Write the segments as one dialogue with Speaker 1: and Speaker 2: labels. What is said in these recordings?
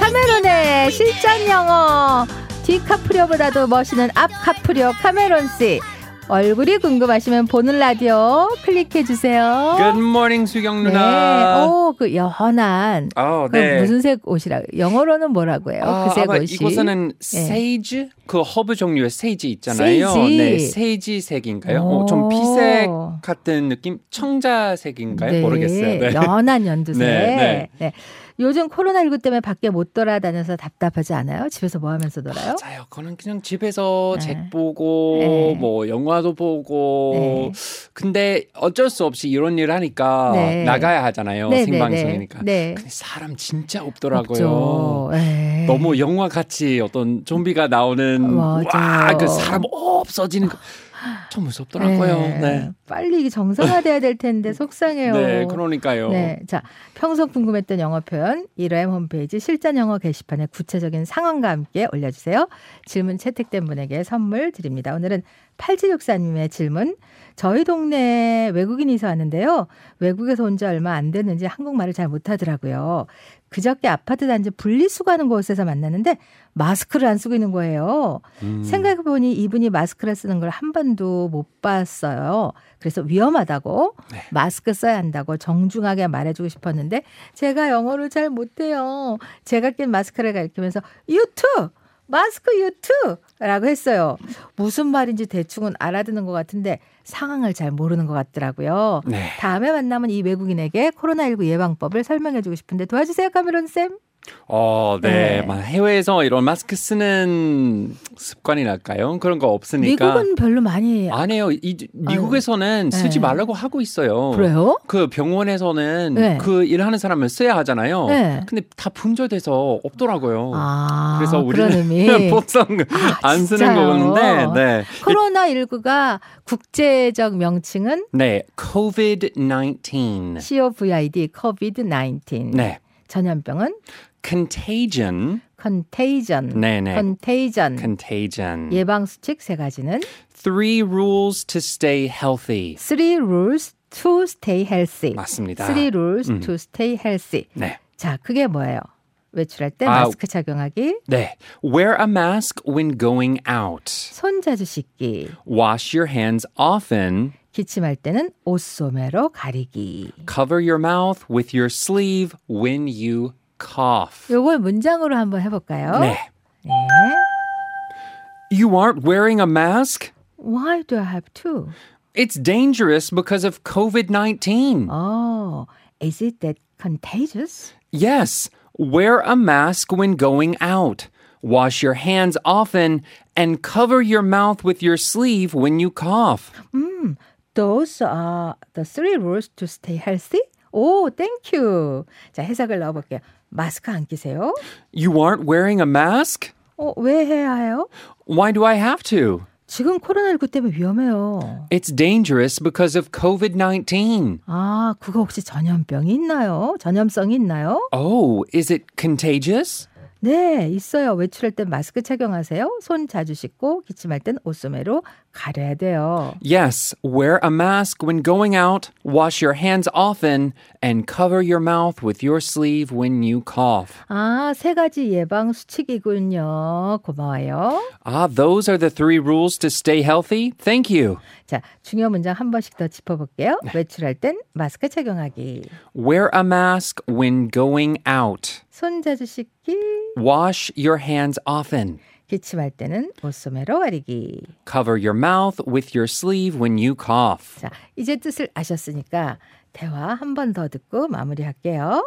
Speaker 1: 카메론의 실전 영어 뒤카프리오보다도 멋있는 앞 카프리오 카메론 씨 얼굴이 궁금하시면 보는 라디오 클릭해 주세요.
Speaker 2: Good morning, 수경
Speaker 1: 어? 네.
Speaker 2: 누나.
Speaker 1: 오, 그 여헌한.
Speaker 2: 아,
Speaker 1: 그
Speaker 2: 네.
Speaker 1: 무슨 색 옷이라 영어로는 예. 뭐라고 해요?
Speaker 2: 아,
Speaker 1: 그색
Speaker 2: 아마
Speaker 1: 옷이.
Speaker 2: 이곳에는 세이지 그 허브 종류의 세이지 있잖아요.
Speaker 1: 세이지.
Speaker 2: 네, 세이지 색인가요? 어,
Speaker 1: 오.
Speaker 2: 좀 피색 같은 느낌, 청자색인가요? 모르겠어요. 네.
Speaker 1: 연한 연두색.
Speaker 2: 네,
Speaker 1: 네,
Speaker 2: 네.
Speaker 1: 요즘 코로나19 때문에 밖에 못 돌아다녀서 답답하지 않아요? 집에서 뭐 하면서 놀아요?
Speaker 2: 맞아요. 그는 그냥 집에서
Speaker 1: 네.
Speaker 2: 책 보고
Speaker 1: 네.
Speaker 2: 뭐 영화도 보고
Speaker 1: 네.
Speaker 2: 근데 어쩔 수 없이 이런 일 하니까
Speaker 1: 네.
Speaker 2: 나가야 하잖아요.
Speaker 1: 네, 네,
Speaker 2: 생방송이니까.
Speaker 1: 네. 네.
Speaker 2: 근데 사람 진짜 없더라고요.
Speaker 1: 없죠. 예.
Speaker 2: 너무 영화 같이 어떤 좀비가 나오는
Speaker 1: 맞아요.
Speaker 2: 와그 사람 없어지는 거. 좀 무섭더라고요.
Speaker 1: 예.
Speaker 2: 네.
Speaker 1: 빨리 이게 정상화돼야 될 텐데 속상해요.
Speaker 2: 네, 그러니까요.
Speaker 1: 네, 자 평소 궁금했던 영어 표현 1회 홈페이지 실전 영어 게시판에 구체적인 상황과 함께 올려주세요. 질문 채택된 분에게 선물 드립니다. 오늘은 8764님의 질문. 저희 동네에 외국인이 서 왔는데요. 외국에서 온 지 얼마 안 됐는지 한국말을 잘 못하더라고요. 그저께 아파트 단지 분리수거하는 곳에서 만났는데 마스크를 안 쓰고 있는 거예요.
Speaker 2: 음.
Speaker 1: 생각해보니 이분이 마스크를 쓰는 걸 한 번도 못 봤어요. 그래서 위험하다고
Speaker 2: 네.
Speaker 1: 마스크 써야 한다고 정중하게 말해주고 싶었는데 제가 영어를 잘 못해요. 제가 낀 마스크를 가리키면서 유튜 마스크 유튜라고 했어요. 무슨 말인지 대충은 알아듣는 것 같은데 상황을 잘 모르는 것 같더라고요.
Speaker 2: 네.
Speaker 1: 다음에 만나면 이 외국인에게 코로나19 예방법을 설명해주고 싶은데 도와주세요, 카메론 쌤.
Speaker 2: 어,
Speaker 1: 네.
Speaker 2: 네. 막 해외에서 이런 마스크 쓰는 습관이랄까요? 그런 거 없으니까.
Speaker 1: 미국은 별로 많이
Speaker 2: 안 해요. 이, 미국에서는
Speaker 1: 네.
Speaker 2: 쓰지 말라고 하고 있어요.
Speaker 1: 그래요?
Speaker 2: 그 병원에서는
Speaker 1: 네.
Speaker 2: 그 일하는 사람은 써야 하잖아요.
Speaker 1: 네.
Speaker 2: 근데 다 분절돼서 없더라고요.
Speaker 1: 아,
Speaker 2: 어. 그래서 우리는 뭐
Speaker 1: 그런 의미.
Speaker 2: 보통 안 쓰는
Speaker 1: 진짜요?
Speaker 2: 거였는데, 네.
Speaker 1: 코로나 19가 국제적 명칭은
Speaker 2: 네, COVID-19.
Speaker 1: COVID, COVID-19.
Speaker 2: 네,
Speaker 1: 전염병은
Speaker 2: contagion.
Speaker 1: contagion.
Speaker 2: 네, 네.
Speaker 1: contagion.
Speaker 2: contagion.
Speaker 1: 예방 수칙 세 가지는
Speaker 2: Three rules to stay healthy.
Speaker 1: three rules to stay healthy.
Speaker 2: 맞습니다.
Speaker 1: three rules
Speaker 2: 음.
Speaker 1: to stay healthy.
Speaker 2: 네.
Speaker 1: 자, 그게 뭐예요? 외출할 때
Speaker 2: 아.
Speaker 1: 마스크 착용하기,
Speaker 2: 네. Wear a mask when going out.
Speaker 1: 손 자주 씻기,
Speaker 2: Wash your hands often.
Speaker 1: 기침할 때는 옷소매로 가리기.
Speaker 2: Cover your mouth with your sleeve when you cough.
Speaker 1: 요걸 문장으로 한번 해볼까요?
Speaker 2: 네.
Speaker 1: 네.
Speaker 2: You aren't wearing a mask?
Speaker 1: Why do I have to?
Speaker 2: It's dangerous because of COVID 19.
Speaker 1: Oh, is it that contagious?
Speaker 2: Yes, wear a mask when going out. Wash your hands often and cover your mouth with your sleeve when you cough.
Speaker 1: Those are the three rules to stay healthy. 오, thank you. 자, 해석을 넣어볼게요. 마스크 안 끼세요?
Speaker 2: You aren't wearing a mask?
Speaker 1: 어, 왜 해야 해요?
Speaker 2: Why do I have to?
Speaker 1: 지금 코로나19 때문에 위험해요.
Speaker 2: It's dangerous because of COVID 19.
Speaker 1: 아, 그거 혹시 전염병이 있나요? 전염성이 있나요?
Speaker 2: Oh, is it contagious?
Speaker 1: 네, 있어요. 외출할 땐 마스크 착용하세요. 손 자주 씻고 기침할 땐 옷소매로 가려야 돼요.
Speaker 2: Yes, wear a mask when going out, wash your hands often, and cover your mouth with your sleeve when you cough.
Speaker 1: 아, 세 가지 예방 수칙이군요. 고마워요.
Speaker 2: Ah, those are the three rules to stay healthy. Thank you.
Speaker 1: 자, 중요 문장 한 번씩 더 짚어볼게요. 외출할 땐 마스크 착용하기,
Speaker 2: Wear a mask when going out.
Speaker 1: 손 자주 씻기,
Speaker 2: Wash your hands often.
Speaker 1: 기침할 때는 옷소매로 가리기.
Speaker 2: Cover your mouth with your sleeve when you cough.
Speaker 1: 자, 이제 뜻을 아셨으니까 대화 한 번 더 듣고 마무리할게요.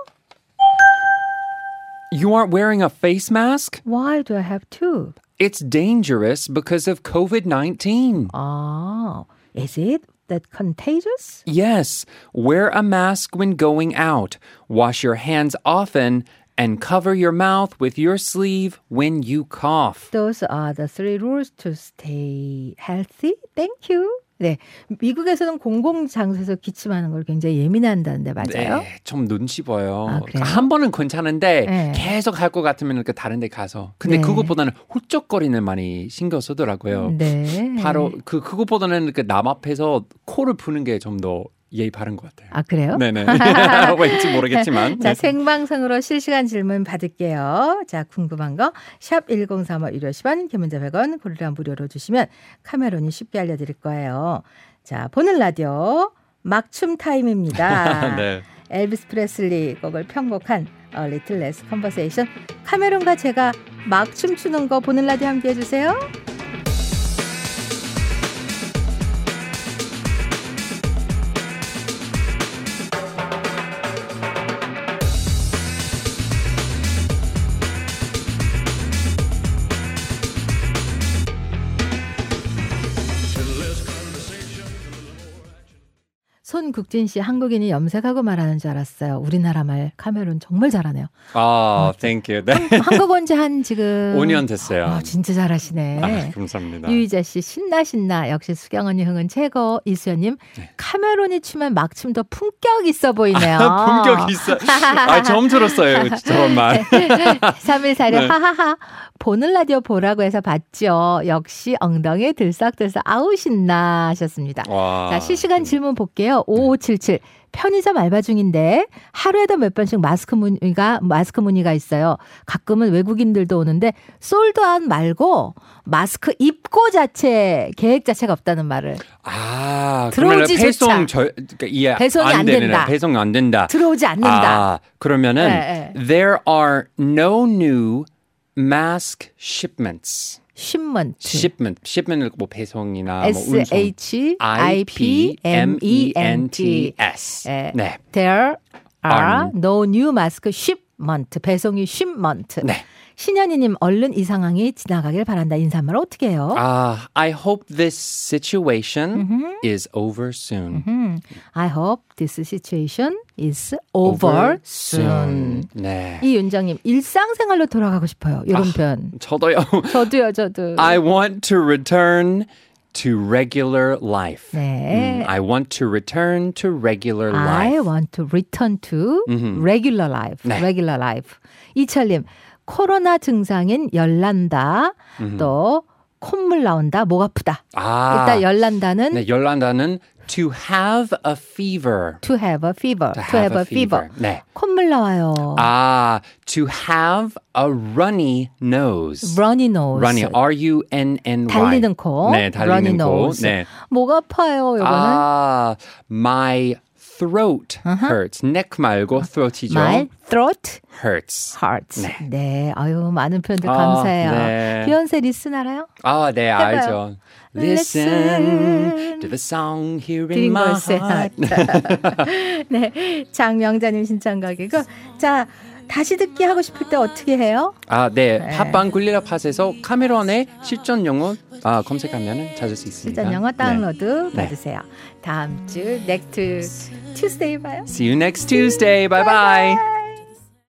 Speaker 2: You aren't wearing a face mask?
Speaker 1: Why do I have to?
Speaker 2: It's dangerous because of COVID 19.
Speaker 1: 아, is it that contagious?
Speaker 2: Yes, wear a mask when going out. Wash your hands often and cover your mouth with your sleeve when you cough.
Speaker 1: Those are the three rules to stay healthy. Thank you. 네, 미국에서는 공공 장소에서 기침하는 걸 굉장히 예민한다는데 맞아요?
Speaker 2: 네, 좀 눈씹어요. 그러니까
Speaker 1: 아, 그래요?
Speaker 2: 한 번은 괜찮은데
Speaker 1: 네.
Speaker 2: 계속 할 것 같으면 그 다른 데 가서. 근데
Speaker 1: 네.
Speaker 2: 그것보다는 훌쩍거리는 많이 신경 쓰더라고요.
Speaker 1: 네.
Speaker 2: 바로 그 그것보다는 그 남 앞에서 코를 푸는 게 좀 더 예의 바른 것 같아요.
Speaker 1: 아 그래요?
Speaker 2: 네네. 왠지 모르겠지만.
Speaker 1: 자,
Speaker 2: 네.
Speaker 1: 생방송으로 실시간 질문 받을게요. 자, 궁금한 거, 샵 1035, 유료 10원, 개문자 100원, 고르라 무료로 주시면 카메론이 쉽게 알려드릴 거예요. 자, 보는 라디오, 막춤 타임입니다.
Speaker 2: 네.
Speaker 1: 엘비스 프레슬리 곡을 편곡한 어, 리틀 레스 컨버세이션. 카메론과 제가 막춤 추는 거 보는 라디오 함께 해주세요. 손국진 씨 한국인이 염색하고 말하는 줄 알았어요. 우리나라 말 카메론 정말 잘하네요.
Speaker 2: 아, thank you. 네.
Speaker 1: 한국 온 지 한 지금
Speaker 2: 5년 됐어요.
Speaker 1: 음. 아, 진짜
Speaker 2: 아,
Speaker 1: 잘하시네.
Speaker 2: 감사합니다.
Speaker 1: 유희자 씨 신나 신나 역시 수경 언니 흥은 최고 이수연님
Speaker 2: 네.
Speaker 1: 카메론이 추면 막춤도 품격 있어 보이네요.
Speaker 2: 품격 있어. 아, 처음 들었어요. 저런
Speaker 1: 네.
Speaker 2: 말.
Speaker 1: 3일4일
Speaker 2: 네.
Speaker 1: 하하하 보는 라디오 보라고 해서 봤죠. 역시 엉덩이 들썩들썩 아우 신나 하셨습니다.
Speaker 2: 와.
Speaker 1: 자,
Speaker 2: 네.
Speaker 1: 실시간 질문 볼게요. 5577. 편의점 알바 중인데 하루에도 몇 번씩 마스크 문의가 마스크 문의가 있어요. 가끔은 외국인들도 오는데 솔드한 말고 마스크 입고 자체 계획 자체가 없다는 말을
Speaker 2: 아, 그러면
Speaker 1: 들어오지 조차.
Speaker 2: 배송 저 그러니까 이해
Speaker 1: 배송이
Speaker 2: 안
Speaker 1: 안
Speaker 2: 되네.
Speaker 1: 된다.
Speaker 2: 배송 안 된다.
Speaker 1: 들어오지 않는다.
Speaker 2: 아, 그러면은
Speaker 1: 네,
Speaker 2: there are no new mask shipments.
Speaker 1: 신문
Speaker 2: shipment, shipment을 뭐 배송이나 뭐
Speaker 1: 네. S
Speaker 2: 운송.
Speaker 1: H I
Speaker 2: I
Speaker 1: P
Speaker 2: P
Speaker 1: M E N T
Speaker 2: S.
Speaker 1: 예.
Speaker 2: 네.
Speaker 1: There are
Speaker 2: are
Speaker 1: no new mask shipment. 배송이 shipment.
Speaker 2: 네.
Speaker 1: 신현이님 얼른 이 상황이 지나가길 바란다. 인사말 어떻게 해요?
Speaker 2: 아, I hope this situation is over soon.
Speaker 1: 음, I hope this situation is over soon.
Speaker 2: 네.
Speaker 1: 이윤정님 일상생활로 돌아가고 싶어요. 이런 표현.
Speaker 2: 저도요.
Speaker 1: 저도요, 저도.
Speaker 2: I want to return to regular life.
Speaker 1: 네.
Speaker 2: 음, I want to return to regular
Speaker 1: I
Speaker 2: life. 네.
Speaker 1: want to return to regular life. regular life. 이철님 코로나 증상인 열난다. 또 콧물 나온다. 목 아프다.
Speaker 2: 아,
Speaker 1: 일단 열난다는
Speaker 2: 네, 열난다는 to have a fever.
Speaker 1: to have a fever. to have a fever.
Speaker 2: 네.
Speaker 1: 콧물 나와요.
Speaker 2: 아, to have a runny nose.
Speaker 1: runny nose.
Speaker 2: runny, R-U-N-N-Y.
Speaker 1: 달리는 코.
Speaker 2: 네,
Speaker 1: runny
Speaker 2: 달리는 코.
Speaker 1: nose.
Speaker 2: 네.
Speaker 1: 목 아파요. 요거는
Speaker 2: 아, my throat
Speaker 1: Uh-huh.
Speaker 2: hurts. neck 말고 throat이죠.
Speaker 1: my throat
Speaker 2: hurts.
Speaker 1: hurts. 네.
Speaker 2: 네.
Speaker 1: 아유 많은 표현들
Speaker 2: 아,
Speaker 1: 감사해요.
Speaker 2: 네.
Speaker 1: 비욘세 리슨 알아요?
Speaker 2: 아, 네, 알죠.
Speaker 1: Listen
Speaker 2: Listen to the song here in
Speaker 1: 드린
Speaker 2: my
Speaker 1: 걸세.
Speaker 2: heart.
Speaker 1: 네, 장명자님 신청곡이고 자 다시 듣기 하고 싶을 때 어떻게 해요?
Speaker 2: 아, 네. 팟빵 굴리라 팟에서 카메론의 실전 영어 아, 검색하면 찾을 수 있습니다.
Speaker 1: 일단 영어 다운로드
Speaker 2: 아, 네.
Speaker 1: 받으세요. 다음 주 넥트 투스데이 봐요.
Speaker 2: 네. See you next Tuesday. Bye bye.